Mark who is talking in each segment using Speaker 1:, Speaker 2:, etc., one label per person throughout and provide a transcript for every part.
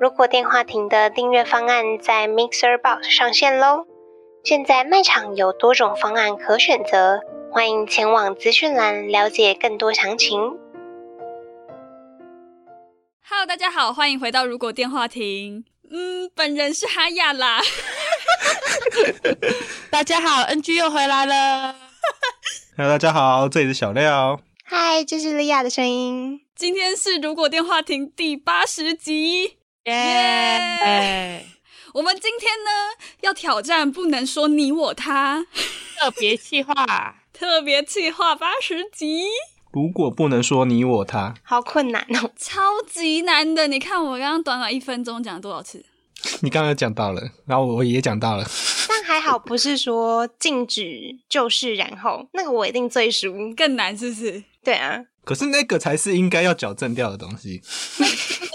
Speaker 1: 如果电话亭的订阅方案在 Mixer Box 上线喽。现在卖场有多种方案可选择，欢迎前往资讯栏了解更多详情。
Speaker 2: Hello，大家好，欢迎回到《如果电话亭》。嗯，本人是哈雅啦。
Speaker 3: 大家好，NG 又回来了。
Speaker 4: Hello，大家好，这里是小廖。
Speaker 1: 嗨，这是莉亚的声音。
Speaker 2: 今天是《如果电话亭》第八十集。
Speaker 3: 耶、
Speaker 2: 耶我们今天呢要挑战不能说你我他，
Speaker 3: 特别企划，
Speaker 2: 特别企划八十集，
Speaker 4: 如果不能说你我他，
Speaker 1: 好困难哦！
Speaker 2: 超级难的。你看我刚刚短短一分钟讲了多少次？
Speaker 4: 你刚刚讲到了，然后我也讲到了，
Speaker 1: 但还好不是说禁止就是然后，那个我一定最熟。
Speaker 2: 更难是不是？
Speaker 1: 对啊，
Speaker 4: 可是那个才是应该要矫正掉的东西。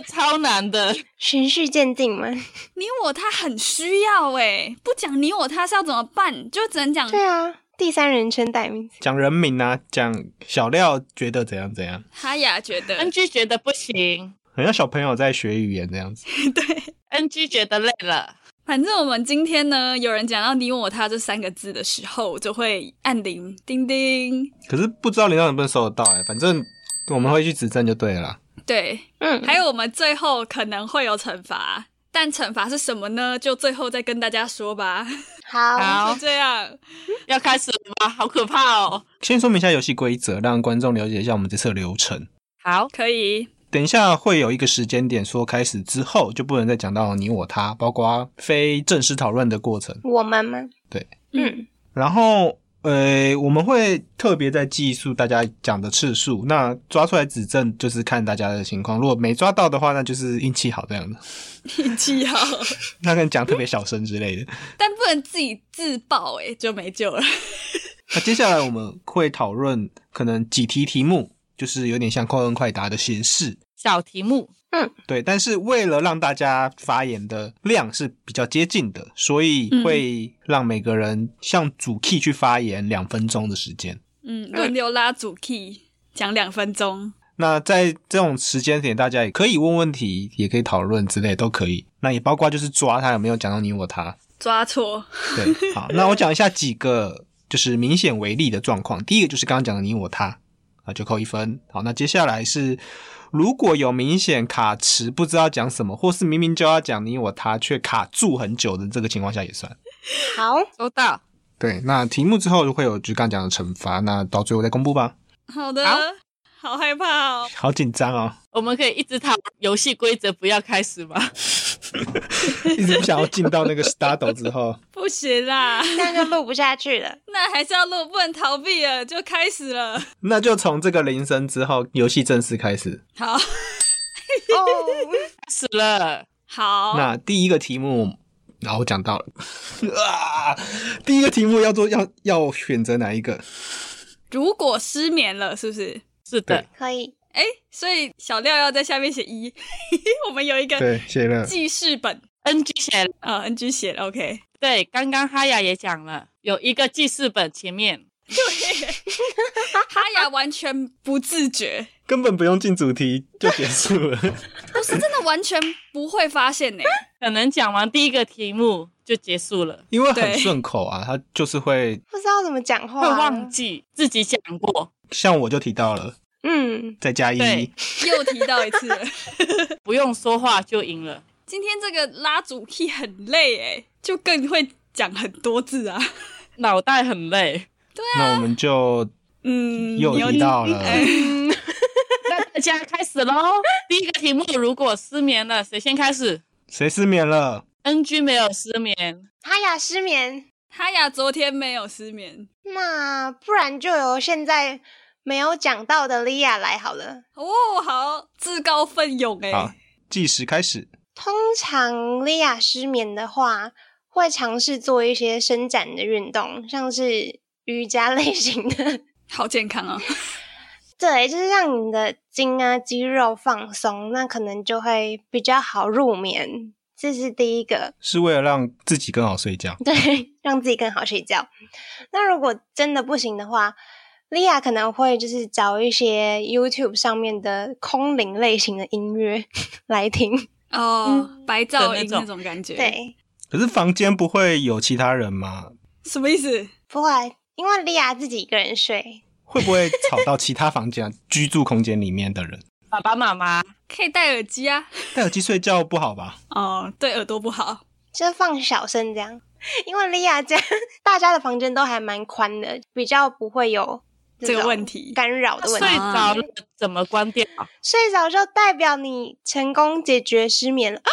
Speaker 3: 超难的。
Speaker 1: 循序渐进嘛。
Speaker 2: 你我他很需要哎、不讲你我他是要怎么办？就只能讲
Speaker 1: 对啊，第三人称代名词。
Speaker 4: 讲人名啊，讲小廖觉得怎样怎样，
Speaker 2: 哈雅觉得
Speaker 3: NG 觉得不行
Speaker 4: 很像小朋友在学语言这样子。
Speaker 2: 对。
Speaker 3: ，NG 觉得累了。
Speaker 2: 反正我们今天呢，有人讲到你我他这三个字的时候，我就会按铃，叮叮。
Speaker 4: 可是不知道铃铛能不能收得到哎、反正我们会去指正就对了啦。
Speaker 2: 对，
Speaker 1: 嗯，
Speaker 2: 还有我们最后可能会有惩罚，但惩罚是什么呢？就最后再跟大家说吧。
Speaker 1: 好
Speaker 3: 好
Speaker 2: 就，这样，
Speaker 3: 要开始了吗？好可怕哦。
Speaker 4: 先说明一下游戏规则，让观众了解一下我们这次的流程。
Speaker 3: 好，
Speaker 2: 可以。
Speaker 4: 等一下会有一个时间点，说开始之后就不能再讲到你我他，包括非正式讨论的过程。
Speaker 1: 我们吗？
Speaker 4: 对，
Speaker 1: 嗯，
Speaker 4: 然后，呃，我们会特别在记述大家讲的次数，那抓出来指正就是看大家的情况，如果没抓到的话，那就是运气好这样的，
Speaker 2: 运气好，
Speaker 4: 那跟讲特别小声之类的。
Speaker 2: 但不能自己自爆、欸，就没救了。
Speaker 4: 那接下来我们会讨论可能几题题目，就是有点像快问快答的形式。
Speaker 3: 小题目，
Speaker 4: 对，但是为了让大家发言的量是比较接近的，所以会让每个人向主 key 去发言两分钟的时间。
Speaker 2: 嗯，轮流拉主 key，讲两分钟。
Speaker 4: 那在这种时间点，大家也可以问问题，也可以讨论之类，都可以。那也包括就是抓他有没有讲到你我他。
Speaker 2: 抓错，
Speaker 4: 对，好，那我讲一下几个就是明显为例的状况。第一个就是刚刚讲的你我他啊，就扣一分。好，那接下来是如果有明显卡池，不知道讲什么，或是明明就要讲你我他却卡住很久的这个情况下也算。
Speaker 1: 好，
Speaker 3: 收到。
Speaker 4: 对，那题目之后会有就刚刚讲的惩罚，那到最后再公布吧。
Speaker 2: 好的，
Speaker 3: 好
Speaker 2: 好害怕哦。
Speaker 4: 好紧张哦，
Speaker 3: 我们可以一直讨论游戏规则，不要开始吗？
Speaker 4: 一直不想要进到那个 start 之后。
Speaker 2: 不行啦，
Speaker 1: 那就录不下去了。
Speaker 2: 那还是要录，不能逃避了，就开始了。
Speaker 4: 那就从这个铃声之后，游戏正式开始。
Speaker 2: 好，
Speaker 1: 哦，
Speaker 3: 开始了。
Speaker 2: 好，
Speaker 4: 那第一个题目，然后我讲到了啊，第一个题目要做要要选择哪一个？
Speaker 2: 如果失眠了，是不是？
Speaker 3: 是的
Speaker 4: 对，
Speaker 1: 可以，
Speaker 2: 哎，所以小廖要在下面写一， 我们有一个
Speaker 4: 对，写了
Speaker 2: 记事本
Speaker 3: NG 写了。
Speaker 2: 啊、n g 写了，OK，
Speaker 3: 对，刚刚哈雅也讲了，有一个记事本前面。
Speaker 2: 哈雅完全不自觉，
Speaker 4: 根本不用进主题就结束了。
Speaker 2: 不是真的完全不会发现呢、
Speaker 3: 可能讲完第一个题目就结束了，
Speaker 4: 因为很
Speaker 2: 对
Speaker 4: 顺口啊，他就是会
Speaker 1: 不知道怎么讲话，啊
Speaker 3: 会忘。记自己讲过，
Speaker 4: 像我就提到了，
Speaker 1: 嗯，
Speaker 4: 再加一，
Speaker 3: 对
Speaker 2: 又提到一次了。
Speaker 3: 不用说话就赢了。
Speaker 2: 今天这个拉主 key 很累哎、就更会讲很多字啊。
Speaker 3: 脑袋很累，
Speaker 4: 那我们就
Speaker 2: 嗯，
Speaker 4: 又
Speaker 2: 有
Speaker 3: 哦
Speaker 4: 提到了。
Speaker 3: 哎 那大家开始喽。第一个题目，如果失眠了，谁先开始
Speaker 4: 谁失眠了？
Speaker 3: ？NG 没有失眠，
Speaker 1: 哈雅失眠，
Speaker 2: 哈雅昨天没有失眠
Speaker 1: 那不然就由现在没有讲到的莉亚来好了。
Speaker 2: 哦，好，自告奋勇哎、
Speaker 4: 好，计时开始。
Speaker 5: 通常莉亚失眠的话，会尝试做一些伸展的运动，像是瑜伽类型的，
Speaker 2: 好健康哦。
Speaker 5: 对，就是让你的筋啊肌肉放松，那可能就会比较好入眠。这是第一个，
Speaker 4: 是为了让自己更好睡觉。
Speaker 5: 对，让自己更好睡觉。那如果真的不行的话，莉亚可能会就是找一些 YouTube 上面的空灵类型的音乐 来听。
Speaker 2: 哦，白噪音
Speaker 3: 的那种
Speaker 2: 那种感觉，，
Speaker 5: 对，
Speaker 4: 可是房间不会有其他人吗？
Speaker 2: 什么意思？
Speaker 5: 不会，因为莉亚自己一个人睡，
Speaker 4: 会不会吵到其他房间、 居住空间里面的人？
Speaker 3: 爸爸妈妈，
Speaker 2: 可以戴耳机啊。
Speaker 4: 戴耳机睡觉不好吧？
Speaker 2: 哦，对耳朵不好。
Speaker 5: 就放小声这样。因为莉亚家 大家的房间都还蛮宽的，比较不会有
Speaker 2: 这个
Speaker 5: 种
Speaker 2: 问题
Speaker 5: 干扰的
Speaker 3: 睡
Speaker 5: 问题。
Speaker 3: 着了怎么关掉？
Speaker 5: 睡着就代表你成功解决失眠了，啊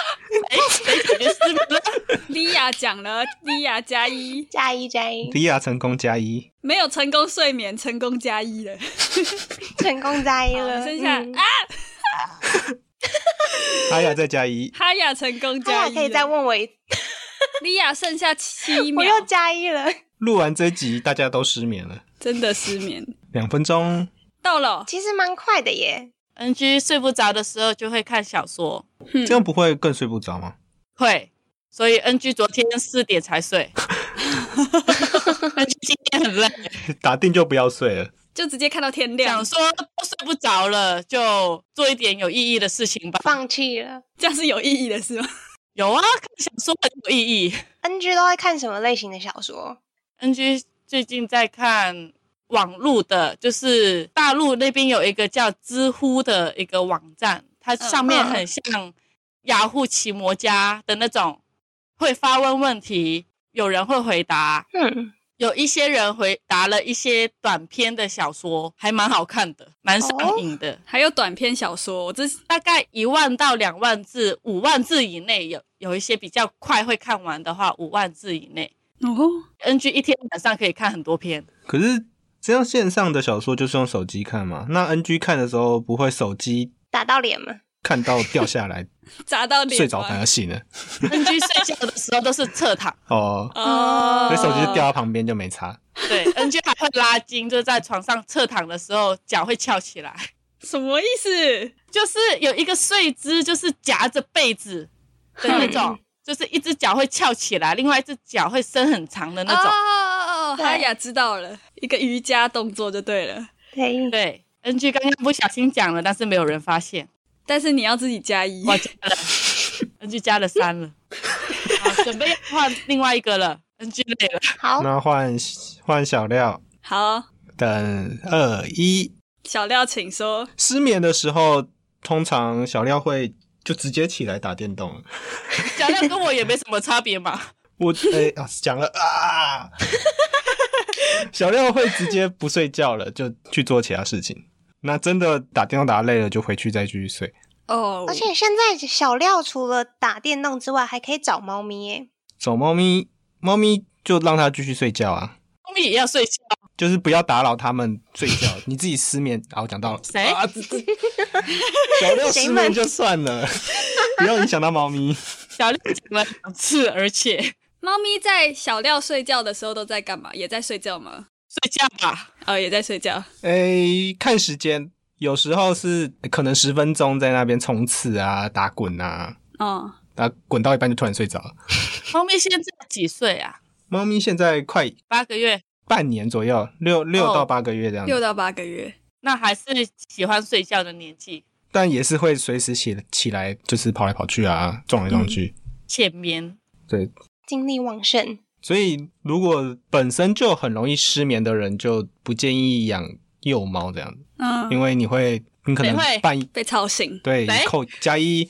Speaker 3: 哎，谁感觉失眠了？
Speaker 2: 莉亚讲了，莉亚加一，
Speaker 5: 加一加一，
Speaker 4: 迪亚啊成功加一，
Speaker 2: 没有成功睡眠，成功加一了，
Speaker 5: 成功加一了，
Speaker 2: 好剩下
Speaker 5: 嗯
Speaker 2: 啊，
Speaker 4: 阿哎雅再加一，
Speaker 2: 哈雅成功
Speaker 5: 大
Speaker 2: 加
Speaker 5: 家
Speaker 2: 一
Speaker 5: 可以再
Speaker 2: 了。
Speaker 5: 问我一次，
Speaker 2: 莉亚剩下七
Speaker 5: 我
Speaker 2: 秒，
Speaker 5: 又加一了。
Speaker 4: 录完这集大家都失眠了，
Speaker 2: 真的失眠。
Speaker 4: 两分钟。
Speaker 2: 到了，
Speaker 5: 其实蛮快的耶，
Speaker 3: NG 睡不着的时候就会看小说，
Speaker 2: 嗯
Speaker 4: 这样不会更睡不着吗？
Speaker 3: 会，所以 NG 昨天四点才睡，NG 今天很累，
Speaker 4: 打定就不要睡了。
Speaker 2: 就直接看到天亮
Speaker 3: 想，说都睡不着了，就做一点有意义的事情吧。
Speaker 5: 放弃了。
Speaker 2: 这样是有意义的是吗？
Speaker 3: 有啊，看小说很有意义。
Speaker 5: NG 都会看什么类型的小说？
Speaker 3: NG 最近在看网络的，就是大陆那边有一个叫知乎的一个网站，它上面很像雅虎奇摩家的那种，会发问问题，有人会回答，
Speaker 5: 嗯，
Speaker 3: 有一些人回答了一些短篇的小说，还蛮好看的，蛮上瘾的，
Speaker 2: 还有短篇小说，我这
Speaker 3: 大概一万到两万字，五万字以内有有一些比较快会看完的话，五万字以内
Speaker 2: 哦，
Speaker 3: ，NG 一天晚上可以看很多篇。
Speaker 4: 可是这样线上的小说就是用手机看嘛，那 NG 看的时候不会手机
Speaker 5: 打到脸嘛，
Speaker 4: 看到掉下来
Speaker 2: 砸到脸吗
Speaker 4: 睡着反而醒了？
Speaker 3: NG 睡觉的时候都是侧躺，
Speaker 4: 哦，
Speaker 2: 哦，
Speaker 4: 所以手机就掉到旁边就没差。
Speaker 3: 对，NG 还会拉筋，就是在床上侧躺的时候脚会翘起来，
Speaker 2: 什么意思？
Speaker 3: 就是有一个睡姿，就是夹着被子的那种，就是一只脚会翘起来，另外一只脚会伸很长的那种。
Speaker 2: 哦，
Speaker 5: 对
Speaker 2: 哈雅知道了，一个瑜伽动作就对了。
Speaker 5: 对，
Speaker 3: 对，NG 刚刚不小心讲了，但是没有人发现，
Speaker 2: 但是你要自己加一，
Speaker 3: 我加了，NG 加了三 了，好，准备要换另外一个了，NG 累了，
Speaker 5: 好，
Speaker 4: 那换换小料，
Speaker 2: 好，
Speaker 4: 等二一
Speaker 2: 小廖请说。
Speaker 4: 失眠的时候，通常小料会就直接起来打电动了。
Speaker 3: 小亮跟我也没什么差别嘛，
Speaker 4: 我 哎、啊，讲了啊，小廖会直接不睡觉了，就去做其他事情。那真的打电动打累了，就回去再继续睡。
Speaker 2: 哦，
Speaker 5: 而且现在小廖除了打电动之外，还可以找猫咪耶。
Speaker 4: 走猫咪，猫咪就让它继续睡觉啊，
Speaker 3: 后面也要睡觉，
Speaker 4: 就是不要打扰它们睡觉。你自己失眠，啊，我讲到了，
Speaker 3: 谁
Speaker 4: 啊、这这小廖失眠就算了， 不要影响到猫咪。
Speaker 3: 小亮讲了两次，而且
Speaker 2: 猫咪在小廖睡觉的时候都在干嘛？也在睡觉吗？
Speaker 3: 睡觉吧。
Speaker 2: 哦，也在睡觉。
Speaker 4: 诶，哎看时间，有时候是可能十分钟在那边冲刺啊、打滚啊，
Speaker 2: 哦，
Speaker 4: 打滚到一半就突然睡着了。
Speaker 3: 猫咪现在几岁啊？
Speaker 4: 猫咪现在快
Speaker 3: 八个月，
Speaker 4: 半年左右，六六
Speaker 3: 哦
Speaker 4: 到八个月这样
Speaker 2: 嗯
Speaker 4: 子，
Speaker 2: 六到八个月。
Speaker 3: 那还是喜欢睡觉的年纪，
Speaker 4: 但也是会随时起起来，就是跑来跑去啊，撞来撞去。
Speaker 3: 浅眠。
Speaker 4: 对，
Speaker 5: 精力旺盛，
Speaker 4: 所以如果本身就很容易失眠的人，就不建议养幼猫这样子，
Speaker 2: 嗯，
Speaker 4: 因为你会你可能
Speaker 3: 谁会
Speaker 4: 半
Speaker 2: 被吵醒。
Speaker 4: 对
Speaker 3: 谁
Speaker 4: 扣加一，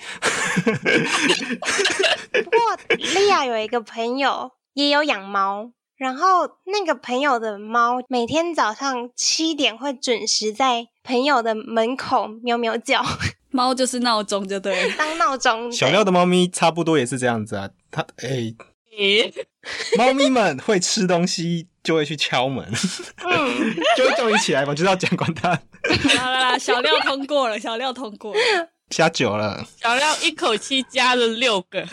Speaker 5: 不过莉亚有一个朋友也有养猫，然后那个朋友的猫每天早上七点会准时在朋友的门口喵喵叫
Speaker 2: 猫就是闹钟，就对 了。
Speaker 5: 当闹钟。
Speaker 4: 小廖的猫咪差不多也是这样子啊，它诶。
Speaker 3: 咦，
Speaker 4: 猫咪们会吃东西，就会去敲门，
Speaker 5: 对 嗯，
Speaker 4: 就会叫你起来嘛，就是要讲管它。
Speaker 2: 好啦好啦，小廖通过了，小廖通过了。
Speaker 4: 加久了，
Speaker 3: 小廖一口气加了六个，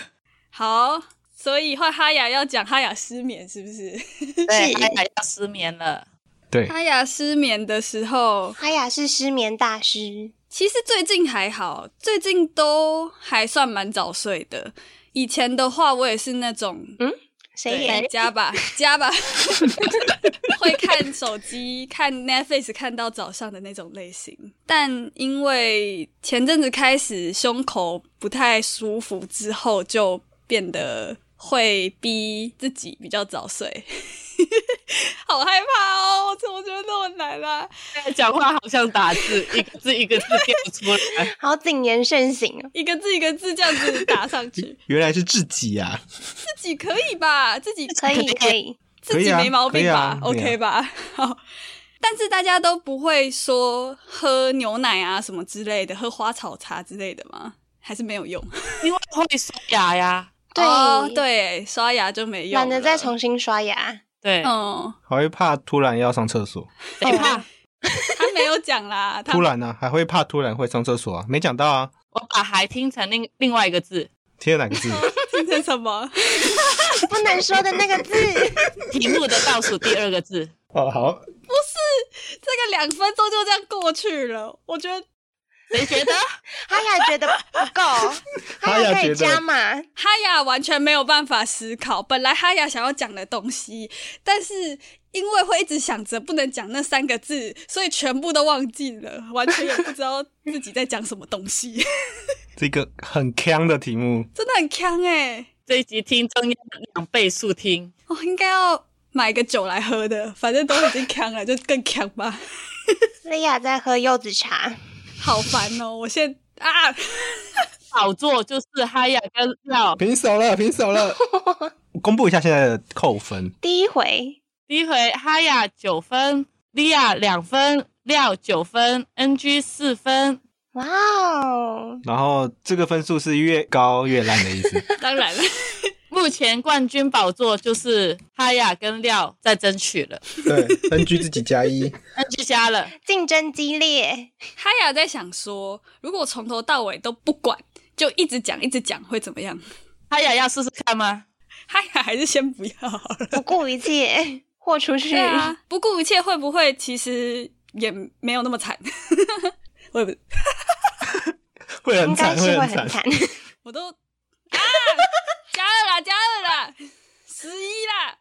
Speaker 2: 好，所以换哈雅要讲哈雅失眠是不是？
Speaker 3: 对，他还要失眠了。
Speaker 4: 对，
Speaker 2: 哈雅失眠的时候，
Speaker 5: 哈雅哎是失眠大师，
Speaker 2: 其实最近还好，最近都还算蛮早睡的。以前的话，我也是那种
Speaker 5: 谁
Speaker 3: 对
Speaker 5: 演
Speaker 2: 哎加吧加吧， 会看手机、看 Netflix 看到早上的那种类型。但因为前阵子开始胸口不太舒服之后，就变得会逼自己比较早睡。 好害怕哦！我怎么觉得那么难啊？
Speaker 3: 讲话好像打字，一个字一个字念不出来。
Speaker 5: 好谨言慎行 哦。
Speaker 2: 一个字一个字这样子打上去，
Speaker 4: 原来是自己啊，
Speaker 2: 自己可以吧？自己
Speaker 5: 可以可以，
Speaker 2: 自己没毛病吧、
Speaker 4: 可
Speaker 2: o
Speaker 4: 以啊可以
Speaker 2: k 吧？ 好，但是大家都不会说喝牛奶啊什么之类的，喝花草茶之类的吗？还是没有用？
Speaker 3: 因为会刷牙呀，
Speaker 5: 对
Speaker 2: 哦对，刷牙就没用了，
Speaker 5: 懒得再重新 刷牙。
Speaker 3: 对，
Speaker 2: 嗯，
Speaker 4: 还会怕突然要上厕所，
Speaker 3: 谁怕？
Speaker 2: 他没有讲啦，他
Speaker 4: 突然呢、啊、还会怕突然会上厕所啊，没讲到啊，
Speaker 3: 我把“还”听成另另外一个字
Speaker 4: 贴了哪个字？
Speaker 2: 听成什么？
Speaker 5: 不能说的那个 字，
Speaker 3: 题目的倒数第二个字。
Speaker 4: 哦，好，
Speaker 2: 这个两分钟就这样过去了，我觉得
Speaker 3: 谁觉得？
Speaker 5: 哈雅觉得不够，哈
Speaker 4: 哈
Speaker 5: 雅
Speaker 4: 雅
Speaker 5: 可以
Speaker 4: 觉得
Speaker 5: 加码。
Speaker 2: 哈雅完全没有办法思考本来哈雅想要讲的东西，但是因为会一直想着不能讲那三个字，所以全部都忘记了，完全也不知道自己在讲什么东西，
Speaker 4: 这个很坑的题目，
Speaker 2: 真的很坑哎、
Speaker 3: 这一集听众要两倍速听，
Speaker 2: 我哦应该要买个酒来喝的，反正都已经坑了，就更坑吧，
Speaker 5: 莉亚哎在喝柚子茶，
Speaker 2: 好烦哦！我现啊，
Speaker 3: 炒作就是哈雅跟廖。
Speaker 4: 平手了，平手了，公布一下现在的扣分，
Speaker 5: 第一回
Speaker 3: 第一回哈雅九分，莉亚两分，廖九分，NG 四分。
Speaker 5: 哇哦，
Speaker 4: 然后这个分数是越高越烂的意思，
Speaker 2: 当然了，
Speaker 3: 目前冠军宝座就是哈雅跟廖在争取了
Speaker 4: 对，NG 自己加一，
Speaker 3: ，NG 加了。
Speaker 5: 竞争激烈，
Speaker 2: 哈雅在想说，如果从头到尾都不管，就一直讲一直讲会怎么样？
Speaker 3: 哈雅要试试看吗？
Speaker 2: 哈雅还是先不要好了。
Speaker 5: 不顾一切 豁出去
Speaker 2: 对。啊， 不顾一切会不会其实也没有那么惨？ 我也不，
Speaker 4: 会
Speaker 5: 应
Speaker 4: 很
Speaker 5: 该
Speaker 4: 惨，
Speaker 5: 是会
Speaker 4: 很惨，
Speaker 5: 很惨，
Speaker 2: 我都啊，加二啦，加二啦，十一啦，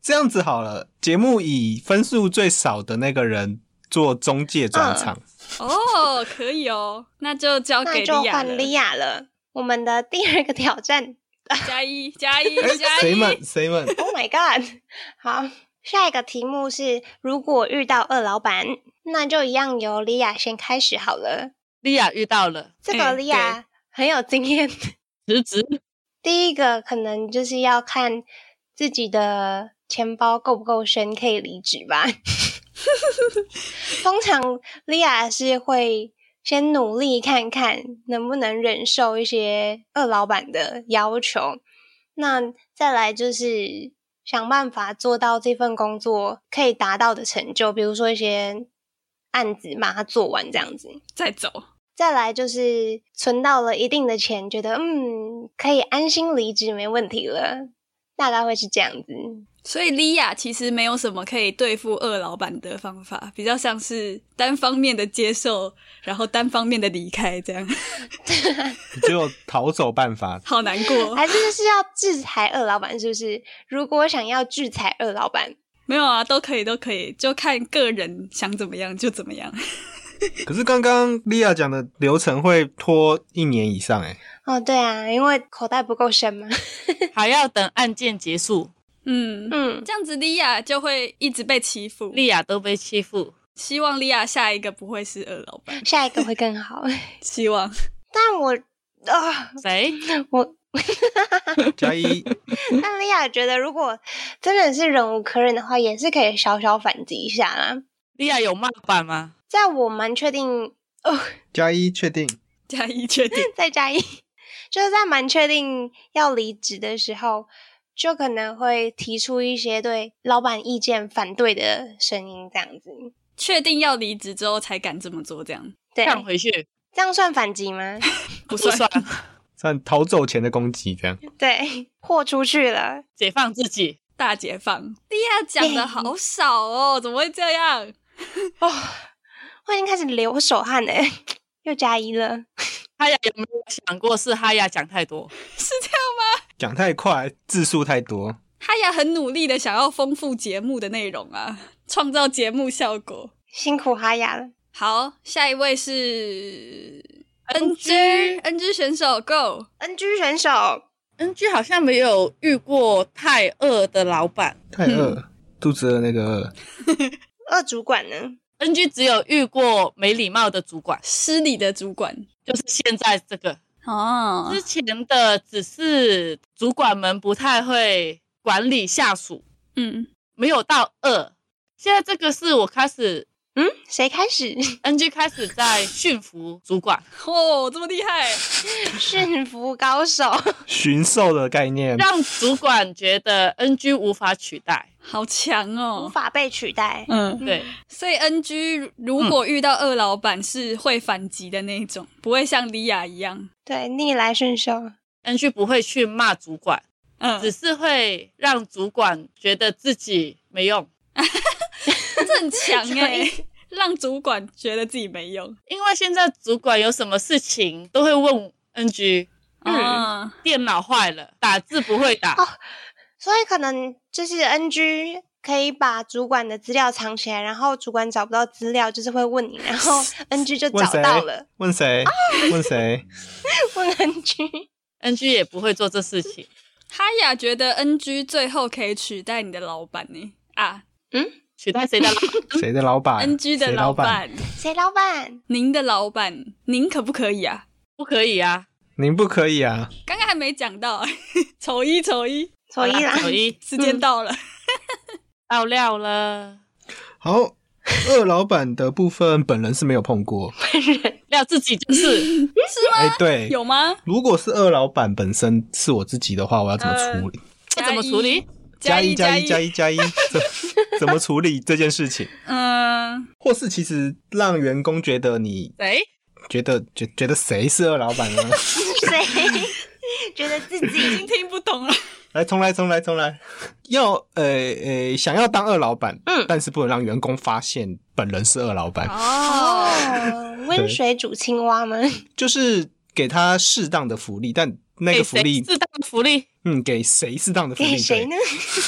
Speaker 4: 这样子好了，节目以分数最少的那个人做中介转场，
Speaker 2: 哦，可以哦，那就交给
Speaker 5: 那就
Speaker 2: 莉亚
Speaker 5: 换莉
Speaker 2: 了，
Speaker 5: 亚了。我们的第二个挑战
Speaker 2: 加一，加一，
Speaker 4: 哎、
Speaker 2: 加
Speaker 4: 谁
Speaker 2: 一，
Speaker 4: 们谁们？
Speaker 5: ，Oh my God！好， 下一个题目是：如果遇到二老板，那就一样由莉亚先开始好了。
Speaker 3: 莉亚遇到了
Speaker 5: 这个
Speaker 2: 嗯
Speaker 5: 莉亚很有经验，
Speaker 3: 辞职，
Speaker 5: 第一个可能就是要看自己的钱包够不够深，可以离职吧。通常莉亚是会先努力看看能不能忍受一些二老板的要求，那再来就是想办法做到这份工作可以达到的成就，比如说一些案子把它做完这样子。
Speaker 2: 再走，
Speaker 5: 再来就是存到了一定的钱，觉得嗯可以安心离职，没问题了，大概会是这样子。
Speaker 2: 所以莉亚其实没有什么可以对付二老板的方法，比较像是单方面的接受，然后单方面的离开，这样
Speaker 4: 只有逃走办法，
Speaker 2: 好难过。
Speaker 5: 还是就是要制裁二老板，是不是？如果想要制裁二老板，
Speaker 2: 没有啊，都可以，都可以，就看个人想怎么样就怎么样。
Speaker 4: 可是刚刚莉亚讲的流程会拖一年以上、欸， 哎，
Speaker 5: 哦，对啊，因为口袋不够深嘛。
Speaker 3: 还要等案件结束。
Speaker 2: 嗯，
Speaker 5: 嗯，
Speaker 2: 这样子莉亚就会一直被欺负。
Speaker 3: 莉亚都被欺负，
Speaker 2: 希望莉亚下一个不会是二老板，
Speaker 5: 下一个会更好。
Speaker 2: 希望
Speaker 5: 但我啊、
Speaker 3: 谁？
Speaker 5: 我
Speaker 4: 加一，
Speaker 5: 但莉亚觉得，如果真的是忍无可忍的话，也是可以小小反击一下啦。
Speaker 3: 莉亚有骂板吗？
Speaker 5: 在我蛮确定
Speaker 4: 加一，确定。
Speaker 2: 加一确 定。
Speaker 5: 再加一，就是在蛮确定要离职的时候，就可能会提出一些对老板意见反对的声音，这样子。
Speaker 2: 确定要离职之后才敢这么做，这样
Speaker 5: 对，
Speaker 3: 放回去，
Speaker 5: 这样算反击吗？
Speaker 3: 不算，
Speaker 4: 算逃走前的攻击这样。
Speaker 5: 对，豁出去了，
Speaker 3: 解放自己。
Speaker 2: 大解放。莉亚讲的好少哦，怎么会这样？
Speaker 5: 我已经开始流手汗了，又加一了。
Speaker 3: 哈雅有没有想过是哈雅讲太多？
Speaker 2: 是这样吗？
Speaker 4: 讲太快，字数太多，
Speaker 2: 哈雅很努力的想要丰富节目的内容啊，创造节目效果。
Speaker 5: 辛苦哈雅了，
Speaker 2: 好，下一位是
Speaker 3: NG
Speaker 2: NG NG 选手 Go。
Speaker 5: NG 选手
Speaker 3: NG 好像没有遇过太饿的老板
Speaker 4: 太饿，肚子饿那个饿。
Speaker 5: 二主管呢？
Speaker 3: ，NG 只有遇过没礼貌的主管，
Speaker 2: 失礼的主管
Speaker 3: 就是现在这个。
Speaker 2: 哦
Speaker 3: 之前的只是主管们不太会管理下属，
Speaker 2: 嗯，
Speaker 3: 没有到饿。现在这个是我开始
Speaker 5: 嗯，谁 开始
Speaker 3: NG 开始在驯服主管，
Speaker 2: 哦，这么厉害，
Speaker 5: 驯服高手？
Speaker 4: 驯兽的概念，
Speaker 3: 让主管觉得 NG 无法取代。
Speaker 2: 好强
Speaker 5: 无
Speaker 2: 哦。
Speaker 5: 法被取代。
Speaker 2: 嗯，
Speaker 3: 对，
Speaker 2: 所以 NG 如果遇到恶老板是会反击的那一种，不会像莉亚一样。
Speaker 5: 对，逆来顺受。
Speaker 3: NG 不会去骂主管，
Speaker 2: 嗯，
Speaker 3: 只是会让主管觉得自己没用。
Speaker 2: 这很强哎、
Speaker 5: 所
Speaker 2: 让主管觉得自己没用。
Speaker 3: 因为现在主管有什么事情都会问 NG，
Speaker 2: 嗯，
Speaker 3: 电脑坏了，打字不会打，
Speaker 5: 所以可能就是 NG 可以把主管的资料藏起来，然后主管找不到资料，就是会问你，然后 NG 就
Speaker 4: 问
Speaker 5: 找
Speaker 4: 谁
Speaker 5: 到了，？
Speaker 4: 问 谁？问谁？
Speaker 5: 问 NG。
Speaker 3: NG 也不会做这事情。
Speaker 2: 哈雅觉得 NG 最后可以取代你的老板呢、啊
Speaker 3: 取代谁的老板？
Speaker 4: 谁的老板
Speaker 2: ，NG 的
Speaker 4: 哎谁老板？
Speaker 2: 板，
Speaker 5: 谁老板？
Speaker 2: 您的老板，您可不可以啊？
Speaker 3: 不可以啊！
Speaker 4: 您不可以啊！
Speaker 2: 刚刚还没讲到， 丑一丑一，
Speaker 5: 所以啦，
Speaker 3: 手一
Speaker 2: 时间到了。
Speaker 3: 到料了，
Speaker 4: 好，二老板的部分本人是没有碰过。
Speaker 3: 料自 己就是。
Speaker 4: 哎、 对，
Speaker 2: 有吗？
Speaker 4: 如果是二老板本身是我自己的话，我要怎么处理？
Speaker 3: 要怎么处理？
Speaker 4: 加一加
Speaker 2: 加
Speaker 4: 一加
Speaker 2: 一。
Speaker 4: 一加一， 怎怎么处理这件事情？
Speaker 2: 嗯，
Speaker 4: 或是其实让员工觉得你
Speaker 3: 谁？
Speaker 4: 觉得觉觉得谁是二老板 呢？
Speaker 5: 谁觉得自
Speaker 2: 已
Speaker 5: 己
Speaker 2: 经听不懂了。
Speaker 4: 来，重来，重来，重来。要呃呃，想要当二老板，
Speaker 5: 嗯
Speaker 4: 但是不能让员工发现本人是二老板，
Speaker 2: 哦，
Speaker 5: 哦，温水煮青蛙吗？
Speaker 4: 就是给他适当的福利，但那
Speaker 3: 给
Speaker 4: 个福
Speaker 3: 谁
Speaker 4: 利，
Speaker 3: 适当的福利，
Speaker 4: 嗯，给谁适当的福利？
Speaker 5: 给谁呢？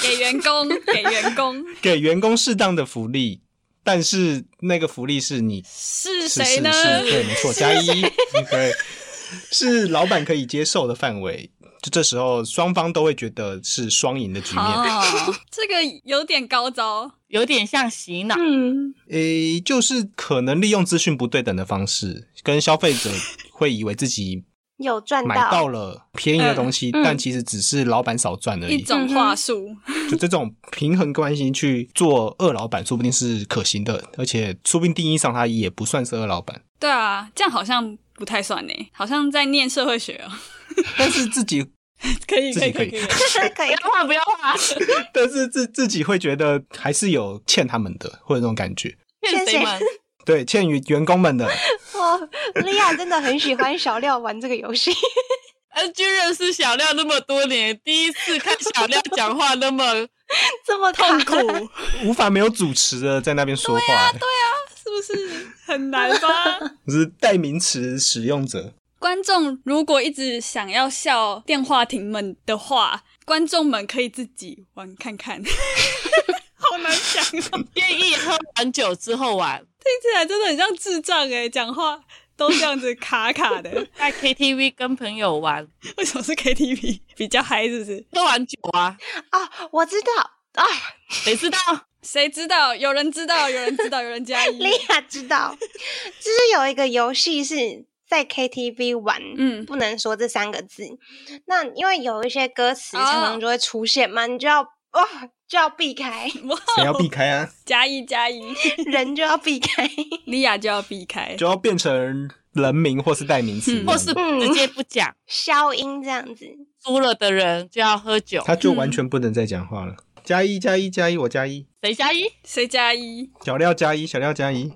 Speaker 2: 给员工，给员 工
Speaker 4: 对？给员工适当的福利，但是那个福利是你
Speaker 2: 是
Speaker 4: 是
Speaker 2: 谁呢？
Speaker 4: 是是对，没错，加一， 对，是老板可以接受的范围。就这时候，双方都会觉得是双赢的局面。
Speaker 2: 哦，这个有点高招。
Speaker 3: 有点像洗脑。
Speaker 5: 嗯，
Speaker 4: 诶、就是可能利用资讯不对等的方式，跟消费者会以为自己
Speaker 5: 有赚
Speaker 4: 买到了便宜的东西，
Speaker 5: 嗯
Speaker 4: 但其实只是老板少赚而
Speaker 2: 一
Speaker 4: 已。
Speaker 2: 种话术，
Speaker 4: 就这种平衡关系去做二老板，说不定是可行的，而且说不定定义上他也不算是二老板，
Speaker 2: 对啊，这样好像不太算呢，好像在念社会学哦。
Speaker 4: 但是自己，
Speaker 2: 可以，
Speaker 4: 自
Speaker 2: 可
Speaker 4: 己
Speaker 2: 以，可以，可以。
Speaker 5: 可
Speaker 3: 不
Speaker 5: 以
Speaker 3: 要画，不要画，
Speaker 4: 但是自自己会觉得还是有欠他们的，会有那种感觉，
Speaker 3: 骗谁们？
Speaker 4: 对，欠于员工们的。
Speaker 5: 哦，莉亚真的很喜欢小廖玩这个游戏，
Speaker 3: NG 认识小廖那么多年，第一次看小廖讲话那么
Speaker 5: 这么卡
Speaker 2: 痛苦，
Speaker 4: 无法没有主持的在那边说话、
Speaker 2: 啊是不是很难 吧？
Speaker 4: 我是代名词使用者。
Speaker 2: 观众如果一直想要笑电话亭们的话，观众们可以自己玩看看。 好难讲哦，
Speaker 3: 建议喝完酒之后玩，
Speaker 2: 听起来真的很像智障哎，讲话都这样子卡卡的。
Speaker 3: 在 KTV 跟朋友玩，
Speaker 2: 为什么是 KTV 比较嗨？是不是？
Speaker 3: 喝完酒啊，
Speaker 5: 啊！我知道啊，
Speaker 3: 谁知道？
Speaker 2: 谁知道？有人知道，有人知道，有人 加一。
Speaker 5: 莉亚知道， 就是有一个游戏是在 KTV 玩，
Speaker 2: 嗯
Speaker 5: 不能说这三个字。那因为有一些歌词
Speaker 2: 哦
Speaker 5: 常常就会出现嘛，你就要哇、就要避开，
Speaker 2: 哇哦，
Speaker 4: 谁要避开啊？
Speaker 2: 加一加一，
Speaker 5: 人就要避开，
Speaker 2: 莉亚就要避开。
Speaker 4: 就要变成人名或是代名词，
Speaker 2: 嗯
Speaker 3: 或是直接不讲，
Speaker 5: 消音这样子。
Speaker 3: 输了的人就要喝酒。
Speaker 4: 他
Speaker 2: 嗯
Speaker 4: 就完全不能再讲话了。加一加一加一，我加一，
Speaker 3: 谁加一？
Speaker 2: 谁加一？
Speaker 4: 小廖加一，小廖加一，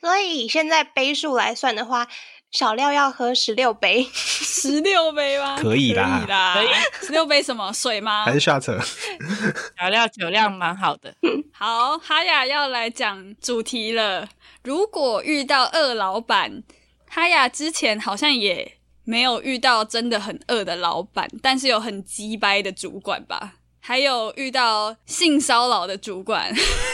Speaker 5: 所以以现在杯数来算的话，少料要喝十六杯，
Speaker 2: 十六杯吗？
Speaker 4: 可以啦
Speaker 2: 可以啦
Speaker 3: 可以，
Speaker 2: 十六杯什么水吗
Speaker 4: 还？是下车？
Speaker 3: 调料酒量蛮好的，
Speaker 2: 好，哈雅要来讲主题了。如果遇到恶老板，哈雅之前好像也没有遇到真的很恶的老板，但是有很鸡掰的主管吧，还有遇到性骚扰的主管，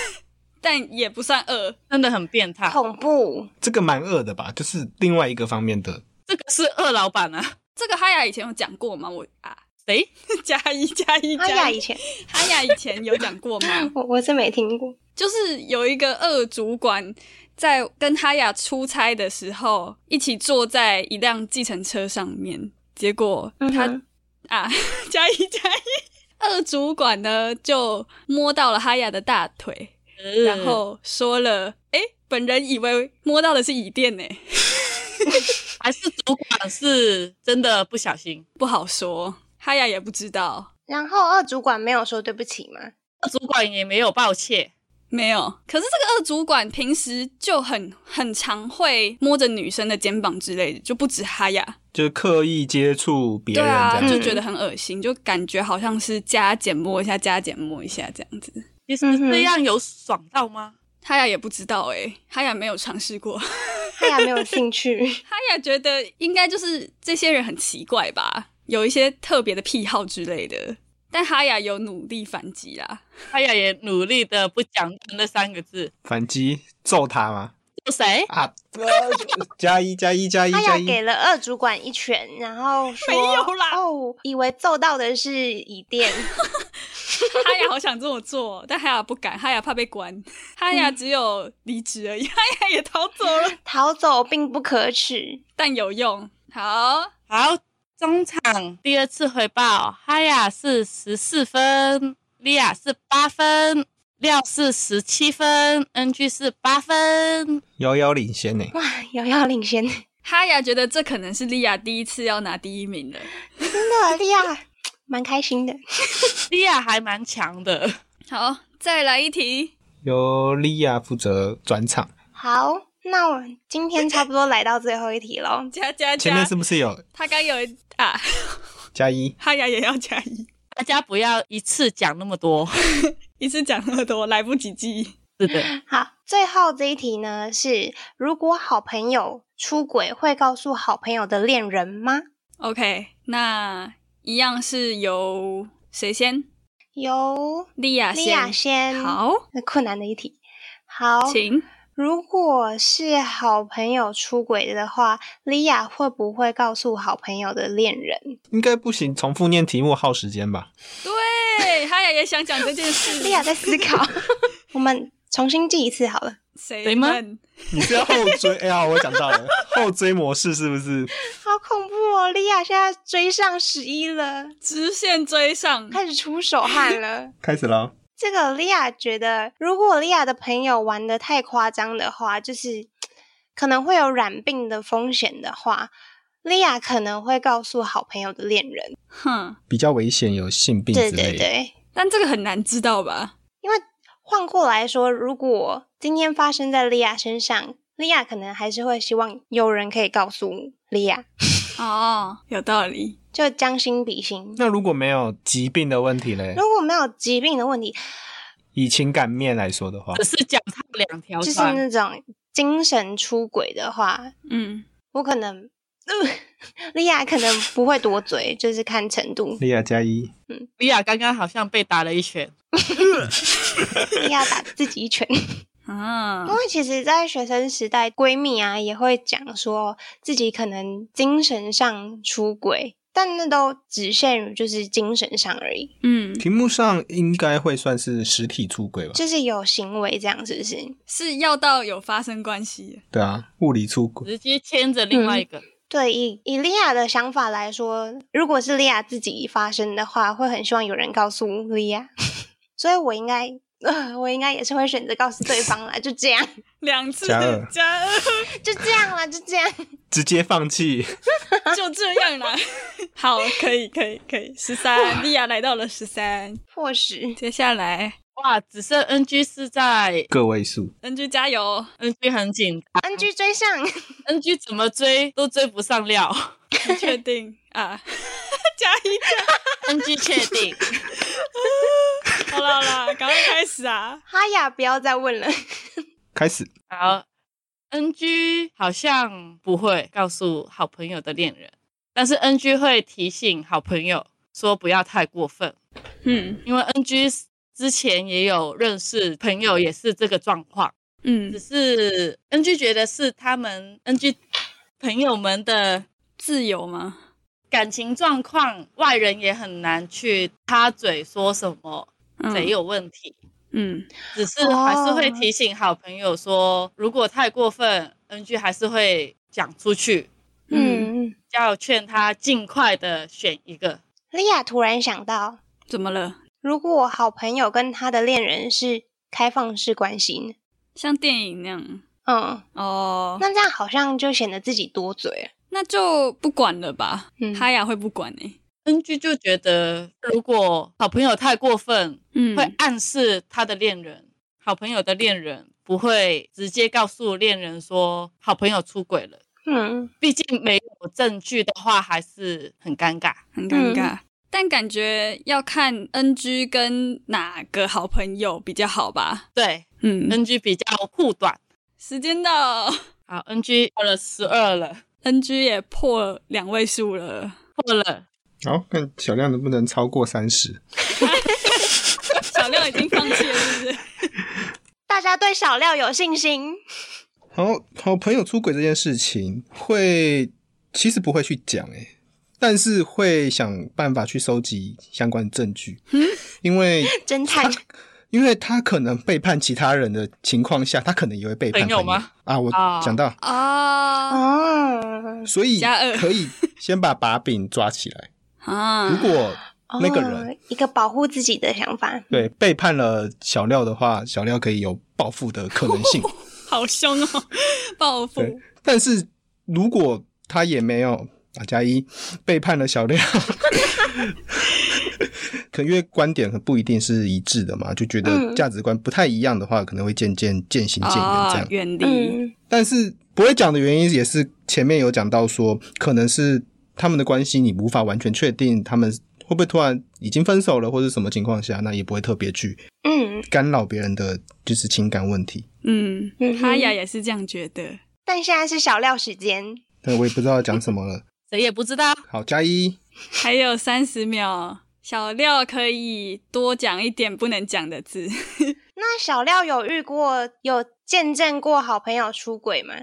Speaker 2: 但也不算恶。
Speaker 3: 真的很变
Speaker 2: 啊
Speaker 3: 态。
Speaker 5: 恐怖。
Speaker 4: 这个蛮恶的吧？就是另外一个方面的，
Speaker 3: 这个是二老板啊？
Speaker 2: 这个哈雅以前有讲过吗？我啊，
Speaker 3: 谁？
Speaker 2: 加一加一
Speaker 5: 阿雅
Speaker 2: 加
Speaker 5: 哎以
Speaker 2: 一，
Speaker 5: 前
Speaker 2: 哈雅以前有讲过吗？
Speaker 5: 我我是没听过，
Speaker 2: 就是有一个二主管在跟哈雅出差的时候，一起坐在一辆计程车上面，结果他、
Speaker 5: 嗯
Speaker 2: 啊，加一加一，二主管呢就摸到了哈雅的大腿，
Speaker 3: 嗯
Speaker 2: 然后说了：“诶，本人以为摸到的是椅垫呢，
Speaker 3: 还是主管是真的不小心，
Speaker 2: 不好说。”哈雅也不知道，
Speaker 5: 然后二主管没有说对不起吗？
Speaker 3: 主管也没有抱歉，
Speaker 2: 没有。可是这个二主管平时就很很常会摸着女生的肩膀之类的，就不止哈雅。
Speaker 4: 就是刻意接触别
Speaker 2: 对
Speaker 4: 人这
Speaker 2: 啊，
Speaker 4: 样子。
Speaker 2: 就觉得很恶心，就感觉好像是加减摸一下，加减摸一下这样子。
Speaker 3: 其
Speaker 5: 嗯
Speaker 3: 实
Speaker 5: 哼
Speaker 3: 这样有爽到吗？
Speaker 2: 哈雅也不知道哎、哈雅没有尝试过。 哈
Speaker 5: 哈雅没有兴趣，
Speaker 2: 雅觉得应该就是这些人很奇怪吧，有一些特别的癖好之类的。但哈雅有努力反击啦，
Speaker 3: 他呀也努力的不讲那三个字，
Speaker 4: 反击揍他吗？
Speaker 3: 是谁？
Speaker 4: 啊，呃加一加一加一
Speaker 5: 哈
Speaker 4: 加
Speaker 5: 雅
Speaker 4: 一，
Speaker 5: 给了二主管一拳，然后说
Speaker 2: 没有啦
Speaker 5: 哦，以为揍到的是椅垫，
Speaker 2: 哈雅好想这么做，但哈雅不敢，哈雅怕被关， 哈雅只有离职而已， 哈雅也逃走了，
Speaker 5: 逃走并不可耻。
Speaker 2: 但有用。好，
Speaker 3: 好，中场第二次回报，哈雅是十四分，莉亚是八分，廖是十七分，NG 是八分。
Speaker 4: 遥遥领先呢。
Speaker 5: 哇，遥遥领先，
Speaker 2: 哈雅觉得这可能是莉亚第一次要拿第一名了。
Speaker 5: 真的利亚蛮开心的。
Speaker 3: 莉亚还蛮强的，
Speaker 2: 好，再来一题。。
Speaker 4: 由莉亚负责转场，
Speaker 5: 好，那我今天差不多来到最后一题喽
Speaker 2: 加 加
Speaker 4: 前面
Speaker 2: 加
Speaker 4: 是，不是有
Speaker 2: 他刚有一啊，
Speaker 4: 加一？
Speaker 2: 哈雅也要加一，
Speaker 3: 大家不要一次讲那么多。
Speaker 2: 一次讲那么多，来不及记。
Speaker 3: 是的，
Speaker 5: 好，最后这一题呢是：如果好朋友出轨，会告诉好朋友的恋人吗？
Speaker 2: OK，那一样是由谁先？
Speaker 5: 由
Speaker 2: 莉亚
Speaker 5: 莉
Speaker 2: 先。
Speaker 5: 亚先。，
Speaker 2: 好，
Speaker 5: 困难的一题。好，
Speaker 2: 请。
Speaker 5: 如果是好朋友出轨的话，莉亚会不会告诉好朋友的恋人？
Speaker 4: 应该不行，重复念题目耗时间吧？
Speaker 2: 对，哈雅也想讲这件事。
Speaker 5: 莉亚在思考， 我们重新记一次好了。
Speaker 2: 谁
Speaker 3: 谁吗
Speaker 2: 问？
Speaker 4: 你是要后追？哎呀，我讲到了 后追模式是不是？
Speaker 5: 好恐怖哦！莉亚现在追上十一了，
Speaker 2: 直线追上。
Speaker 5: 开始出手汗了。
Speaker 4: 开始了，
Speaker 5: 这个莉亚觉得，如果莉亚的朋友玩的太夸张的话，就是可能会有染病的风险的话，莉亚可能会告诉好朋友的恋人。
Speaker 2: 哼，
Speaker 4: 比较危险，有性病之
Speaker 5: 对
Speaker 4: 类的。
Speaker 5: 对对，
Speaker 2: 但这个很难知道吧？
Speaker 5: 换过来说，如果今天发生在莉亚身上，莉亚可能还是会希望有人可以告诉莉亚，
Speaker 2: 哦，有道理。
Speaker 5: 就将心比心。
Speaker 4: 那如果没有疾病的问题嘞，
Speaker 5: 如果没有疾病的问题，
Speaker 4: 以情感面来说的话
Speaker 3: 只，是脚踏两条
Speaker 5: 就是
Speaker 3: 船。
Speaker 5: 那种精神出轨的话，
Speaker 2: 嗯，
Speaker 5: 我可能，呃莉亚可能不会多嘴，就是看 程度。
Speaker 4: 莉亚加一，
Speaker 3: 莉亚刚刚好像被打了一拳，
Speaker 5: 莉亚打自己一拳， 因
Speaker 2: 啊，
Speaker 5: 为其实，在学生时代，闺蜜啊也会讲说自己可能精神上出轨，但那都只限于就是精神上而已，
Speaker 2: 嗯，
Speaker 4: 题目上应该会算是实体出轨吧？
Speaker 5: 就是有行为这样，是不是？
Speaker 2: 是要到有发生关系。
Speaker 4: 对啊，物理出轨。
Speaker 3: 直接牵着另外一个。
Speaker 5: 嗯对，以以莉亚的想法来说，如果是莉亚自己发生的话，会很希望有人告诉莉亚， 所以我应该， 呃，我应该也是会选择告诉对方啦，就这样，
Speaker 2: 两次
Speaker 4: 加二
Speaker 2: 加二
Speaker 5: 就这样啦，就这样。
Speaker 4: 直接放弃，
Speaker 2: 就这样啦。好，可以，可以，可以。十三，莉亚来到了十三。
Speaker 5: 迫使
Speaker 2: 接下来，
Speaker 3: 哇，只剩 NG 是在
Speaker 4: 个位数，
Speaker 2: NG 加油！
Speaker 3: NG 很紧张
Speaker 5: NG 追上，
Speaker 3: ，NG 怎么追都追不上料
Speaker 2: 你确定啊？ 加一！
Speaker 3: ，NG 确定。
Speaker 2: 好啦好啦，赶快开始啊！
Speaker 5: 哈雅不要再问了。
Speaker 4: 开始。
Speaker 3: 好，NG 好像不会告诉好朋友的恋人，但是 NG 会提醒好朋友说不要太过分，
Speaker 2: 嗯
Speaker 3: 因为 NG 之前也有认识朋友也是这个状况，只
Speaker 2: 嗯，
Speaker 3: 是 NG 觉得是他们 NG 朋友们的
Speaker 2: 自由吗？
Speaker 3: 感情状况，外人也很难去插嘴说什么
Speaker 2: 嗯
Speaker 3: 谁有问题。
Speaker 2: 嗯
Speaker 3: 只是还是会提醒好朋友说，如果太过分，NG 还是会讲出去，
Speaker 2: 嗯，
Speaker 5: 嗯，
Speaker 3: 要劝他尽快的选一个。
Speaker 5: 莉亚突然想到，
Speaker 2: 怎么了？
Speaker 5: 如果好朋友跟他的恋人是开放式关系呢，
Speaker 2: 像电影那样
Speaker 5: 嗯，
Speaker 2: 哦？那
Speaker 5: 那这样好像就显得自己多嘴了。
Speaker 2: 那就不管了吧。
Speaker 5: 嗯
Speaker 2: 哈雅会不管欸呢、
Speaker 3: NG 就觉得，如果好朋友太过分，
Speaker 2: 嗯
Speaker 3: 会暗示他的恋人，好朋友的恋人不会直接告诉恋人说好朋友出轨了，
Speaker 5: 嗯，
Speaker 3: 毕竟没有证据的话，还是很尴尬。
Speaker 2: 很尴尬。但感觉要看 NG 跟哪个好朋友比较好吧。
Speaker 3: 对
Speaker 2: 嗯，
Speaker 3: ，NG 比较护短。
Speaker 2: 时间到
Speaker 3: 好，NG 到了十二了，
Speaker 2: ，NG 也破两位数了，
Speaker 3: 破了。
Speaker 4: 好，看小亮能不能超过三十。
Speaker 2: 小亮已经放弃了，是不是？
Speaker 5: 大家对小料有信心。
Speaker 4: 好好朋友出轨这件事情，会其实不会去讲诶、但是会想办法去收集相关的证据，因为
Speaker 5: 侦探
Speaker 4: 他因为他可能背叛其他人的情况下，他可能也会背叛
Speaker 3: 朋友吗？
Speaker 4: 啊，我
Speaker 3: 哦
Speaker 4: 讲到，
Speaker 2: 啊
Speaker 5: 哦，
Speaker 4: 所以
Speaker 2: 加二
Speaker 4: 可以先把把柄抓起来。如
Speaker 2: 啊！
Speaker 4: 果那个人
Speaker 5: 哦一个保护自己的想法。
Speaker 4: 对背叛了小廖的话，小廖可以有报复的可能性。
Speaker 2: 好凶哦，报复
Speaker 4: 对，但是如果他也没有啊，加一背叛了小廖， 可因为观点不一定是一致的嘛，就觉得
Speaker 5: 嗯
Speaker 4: 价值观不太一样的话，可能会渐渐渐行渐远这
Speaker 2: 啊
Speaker 4: 样！。
Speaker 2: 远离
Speaker 5: 嗯
Speaker 4: 但是不会讲的原因也是前面有讲到说，可能是他们的关系你无法完全确定他们会不会突然已经分手了，或者什么情况下，那也不会特别去
Speaker 5: 嗯，
Speaker 4: 干扰别人的就是情感问题。
Speaker 2: 嗯
Speaker 5: 嗯，哼
Speaker 2: 哈雅也是这样觉得。
Speaker 5: 但现在是小料时间。
Speaker 4: 但我也不知道要讲什么了。
Speaker 3: 谁也不知道。
Speaker 4: 好，加一，
Speaker 2: 还有三十秒，小廖可以多讲一点不能讲的 字。
Speaker 5: 那小廖有遇过有见证过好朋友出轨吗？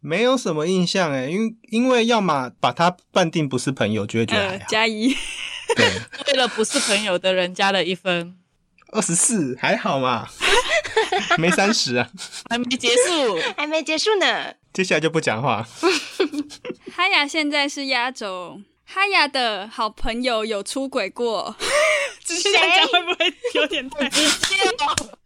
Speaker 4: 没有什么印象欸诶，因为因为要么把他判定不是朋友，就会觉得哎还
Speaker 2: 呃，
Speaker 4: 好。
Speaker 2: 加一，
Speaker 4: 对，
Speaker 3: 为了不是朋友的人加了一分，
Speaker 4: 二十四还好嘛， 没三十啊。
Speaker 3: 还没结束。
Speaker 5: 还没结束呢。
Speaker 4: 接下来就不讲话。
Speaker 2: 哈雅现在是压轴。哈雅的好朋友有出轨过， 只是这样讲会不会有点 太直接
Speaker 3: 哦
Speaker 2: 了？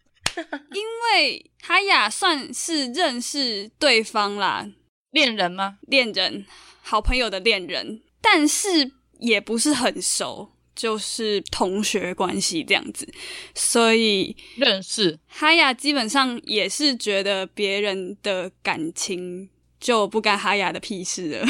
Speaker 2: 因为哈雅算是认识对方啦，
Speaker 3: 恋人吗？
Speaker 2: 恋人，好朋友的恋人，但是也不是很熟，就是同学关系这样子，所以
Speaker 3: 认识。
Speaker 2: 哈雅基本上也是觉得别人的感情就不干哈雅的屁事了。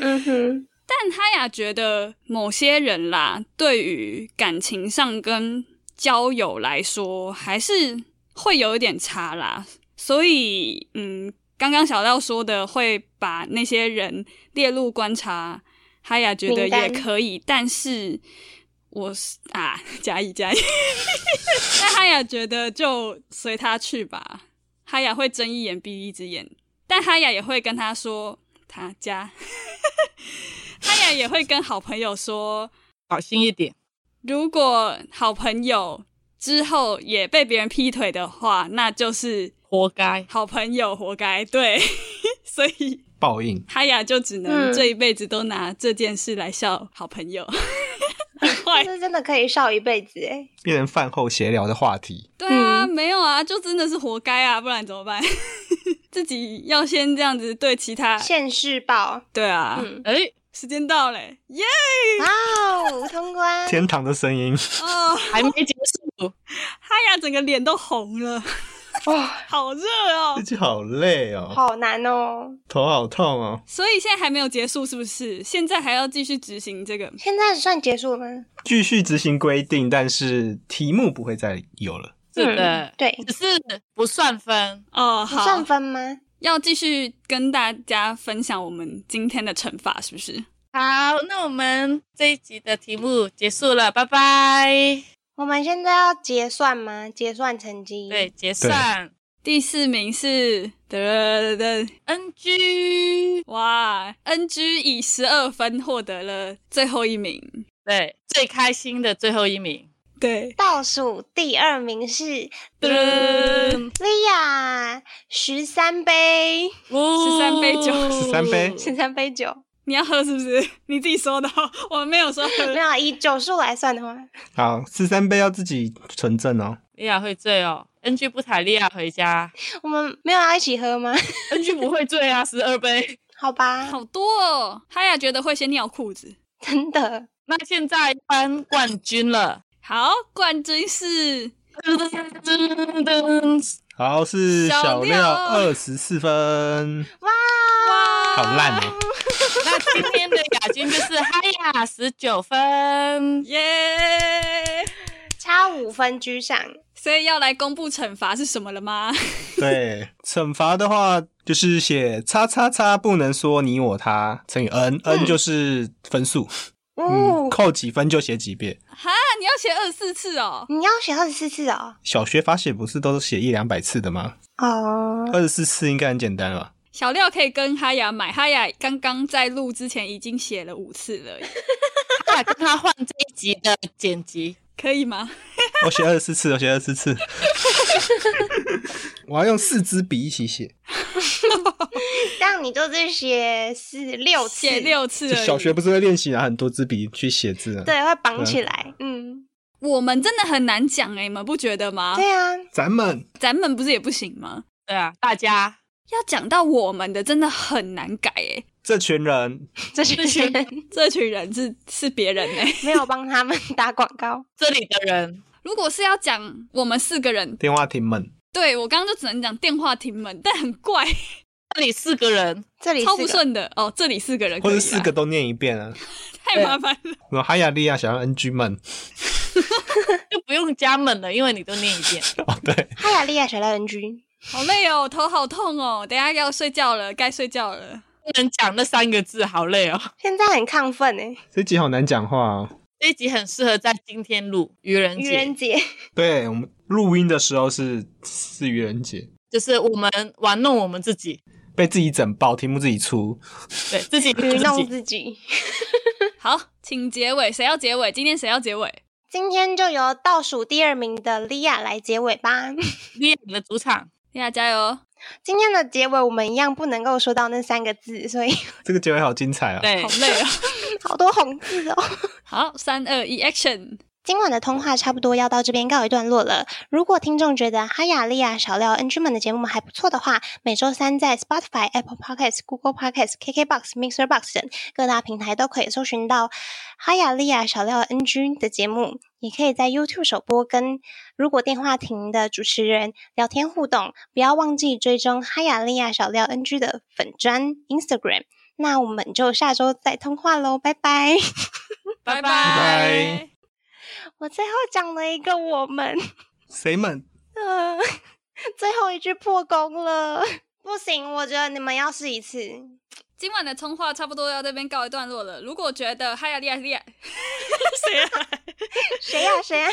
Speaker 5: 嗯哼，
Speaker 2: 但哈雅觉得某些人啦，对于感情上跟交友来说，还是会有一点差啦。所以，嗯，刚刚小廖说的会把那些人列入观察，哈雅觉得
Speaker 5: 名单
Speaker 2: 也可以，但是我是啊，加一 加一，但哈雅觉得就随他去吧。哈雅会睁一眼闭一只眼，但哈雅也会跟他说他家，哈雅也会跟好朋友说，
Speaker 3: 小心一点。
Speaker 2: 如果好朋友之后也被别人劈腿的话，那就是
Speaker 3: 活该，
Speaker 2: 好朋友活该。对， 所以
Speaker 4: 报应，
Speaker 2: 哈雅就只能
Speaker 5: 嗯
Speaker 2: 这一辈子都拿这件事来笑好朋友，很坏。
Speaker 5: 这真的可以笑一辈子哎。
Speaker 4: 变成饭后闲聊的话题。
Speaker 2: 对啊，没有啊，就真的是活该啊，不然怎么办？ 自己要先这样子对其他，
Speaker 5: 现世报，
Speaker 2: 哎对啊，
Speaker 5: 嗯
Speaker 3: 哎，
Speaker 2: 时间到嘞，耶！
Speaker 5: 哇哦，通关！
Speaker 4: 天堂的声音，
Speaker 2: 哦，
Speaker 3: 还没结束，
Speaker 2: 嗨呀，整个脸都红了，
Speaker 4: 哇，
Speaker 2: 好热哦
Speaker 4: 自！己好累哦，
Speaker 5: 好难哦。
Speaker 4: 头好痛哦。
Speaker 2: 所以现在还没有结束，是不是？现在还要继续执行这个
Speaker 5: 现在算结束了吗？
Speaker 4: 继续执行规定，但是题目不会再有了。
Speaker 3: 是的
Speaker 5: 嗯，对，
Speaker 3: 只是不算分。
Speaker 2: 哦，
Speaker 5: 不
Speaker 2: 好，
Speaker 5: 算分吗？
Speaker 2: 要继续跟大家分享我们今天的惩罚，是不是？
Speaker 3: 好，那我们这一集的题目结束了，拜拜。
Speaker 5: 我们现在要结算吗？结算成绩？
Speaker 3: 对，，结算
Speaker 2: 第四名是的的，
Speaker 3: NG，
Speaker 2: 哇，NG 以十二分获得了最后一名。
Speaker 3: 对，最开心的最后一名。
Speaker 2: 对，
Speaker 5: 倒数第二名是
Speaker 2: 噔，
Speaker 5: 莉亚，十三杯，
Speaker 3: 十
Speaker 2: 13杯酒
Speaker 4: 13杯
Speaker 5: 十三杯酒。
Speaker 2: 你要喝是不是？你自己说的哦，我们没有说喝
Speaker 5: 没。有啊以酒数来算的话，
Speaker 4: 好，十三杯要自己存证哦。
Speaker 3: 莉亚会醉哦，NG 不抬莉亚回家
Speaker 5: 我们没有要一起喝吗？
Speaker 3: ，NG 不会醉啊，十二杯。
Speaker 5: 好吧，
Speaker 2: 好多哦，哈雅觉得会先尿裤子。
Speaker 5: 真的。
Speaker 3: 那现在颁冠军了，
Speaker 2: 好，冠军是
Speaker 3: 噔噔噔噔，
Speaker 4: 好，是
Speaker 2: 小
Speaker 4: 小
Speaker 2: 廖
Speaker 4: 廖二十四分，好
Speaker 2: 哇，
Speaker 4: 烂哦。
Speaker 3: 那今天的亚军就是哈雅十九分。
Speaker 2: 耶
Speaker 5: 差五分居上。
Speaker 2: 所以要来公布惩罚是什么了吗？ 啊
Speaker 4: 对，惩罚的话就是写叉叉叉，不能说你我他乘以 n，n 就是分数，嗯，
Speaker 5: 哦，
Speaker 4: 扣几分就写几遍。
Speaker 2: 哈，你要写二十四次哦。
Speaker 5: 你要写二十四次哦。
Speaker 4: 小学法写不是都是写一两百次的吗？
Speaker 5: 哦，
Speaker 4: 二十四次应该很简单了吧？
Speaker 2: 小廖可以跟哈雅买，哈雅刚刚在录之前已经写了五次了，
Speaker 3: 哈雅跟他换这一集的剪辑，
Speaker 2: 可以吗？
Speaker 4: 我哦写二十四次，我写二十四次。我要用四支笔一起写，
Speaker 5: 这样你就是写四六次，
Speaker 2: 写六次
Speaker 4: 就
Speaker 2: 而已。
Speaker 4: 小学不是会练习拿很多支笔去写字啊？，
Speaker 5: 对，会绑起来。嗯，
Speaker 2: 我们真的很难讲哎、你们不觉得吗？
Speaker 5: 对啊，
Speaker 4: 咱们
Speaker 2: 咱们不是也不行吗？
Speaker 3: 对啊，大家
Speaker 2: 要讲到我们的真的很难改哎、
Speaker 4: 这群人
Speaker 5: 这些人
Speaker 2: 这群人是是别人哎、
Speaker 5: 没有帮他们打广 告。
Speaker 3: 这里的人，
Speaker 2: 如果是要讲我们四个人，
Speaker 4: 电话亭们，
Speaker 2: 对我刚刚就只能讲电话亭们，但很怪，
Speaker 3: 这里四个人，
Speaker 5: 这里
Speaker 2: 超不
Speaker 5: 四个，
Speaker 2: 顺的哦。这里四个人可
Speaker 4: 或
Speaker 2: 以啦，
Speaker 4: 者四个都念一遍啊。
Speaker 2: 太麻烦了。
Speaker 4: 什么哎哈雅利亚啊想要 NG 们，
Speaker 3: 就不用加门了，因为你都念一遍。
Speaker 4: 哦对，
Speaker 5: 哈雅利亚小赖人居，
Speaker 2: 好累哦，我头好痛哦，等一下要睡觉了，该睡觉了。
Speaker 3: 不能讲那三个字，好累哦。
Speaker 5: 现在很亢奋哎，
Speaker 4: 这集好难讲话哦。
Speaker 3: 这一集很适合在今天录愚人
Speaker 5: 愚
Speaker 3: 节，
Speaker 5: 人节，
Speaker 4: 对我们录音的时候是是愚人节，
Speaker 3: 就是我们玩弄我们自己，
Speaker 4: 被自己整爆，题目自己出。
Speaker 3: 对自己
Speaker 5: 愚
Speaker 3: 自
Speaker 5: 弄
Speaker 3: 己。
Speaker 5: 自己。
Speaker 2: 好，请结尾，谁要结尾？今天谁要结尾？
Speaker 5: 今天就由倒数第二名的莉亚来结尾吧。
Speaker 3: 你你的主场，
Speaker 2: 莉亚加油！
Speaker 5: 今天的结尾我们一样不能够说到那三个字，所以
Speaker 4: 这个结尾好精彩啊！
Speaker 3: 对
Speaker 2: 好，累哦。
Speaker 5: 好多红字哦。
Speaker 2: 好，三二一，Action！
Speaker 5: 今晚的通话差不多要到这边告一段落了。如果听众觉得哈雅啊利亚少料恩居们的节目还不错的话，每周三在 Spotify、Apple Podcasts、Google Podcasts、KKBox、Mixer Box 等各大平台都可以搜寻到哈雅啊利亚少料恩居的节目，也可以在 YouTube 首播跟如果电话亭的主持人聊天互动。不要忘记追踪哈雅啊利亚少料恩居的粉砖 Instagram。那我们就下周再通话喽，拜拜！
Speaker 4: 拜
Speaker 3: 拜
Speaker 2: 拜。
Speaker 5: 我最后讲了一个我们。
Speaker 4: 谁们？
Speaker 5: 呃， 最后一句破功了，不行，我觉得你们要试一次。
Speaker 2: 今晚的通话差不多要这边告一段落了。如果觉得哈雅利亚利亚，谁啊？
Speaker 5: 谁呀、谁呀、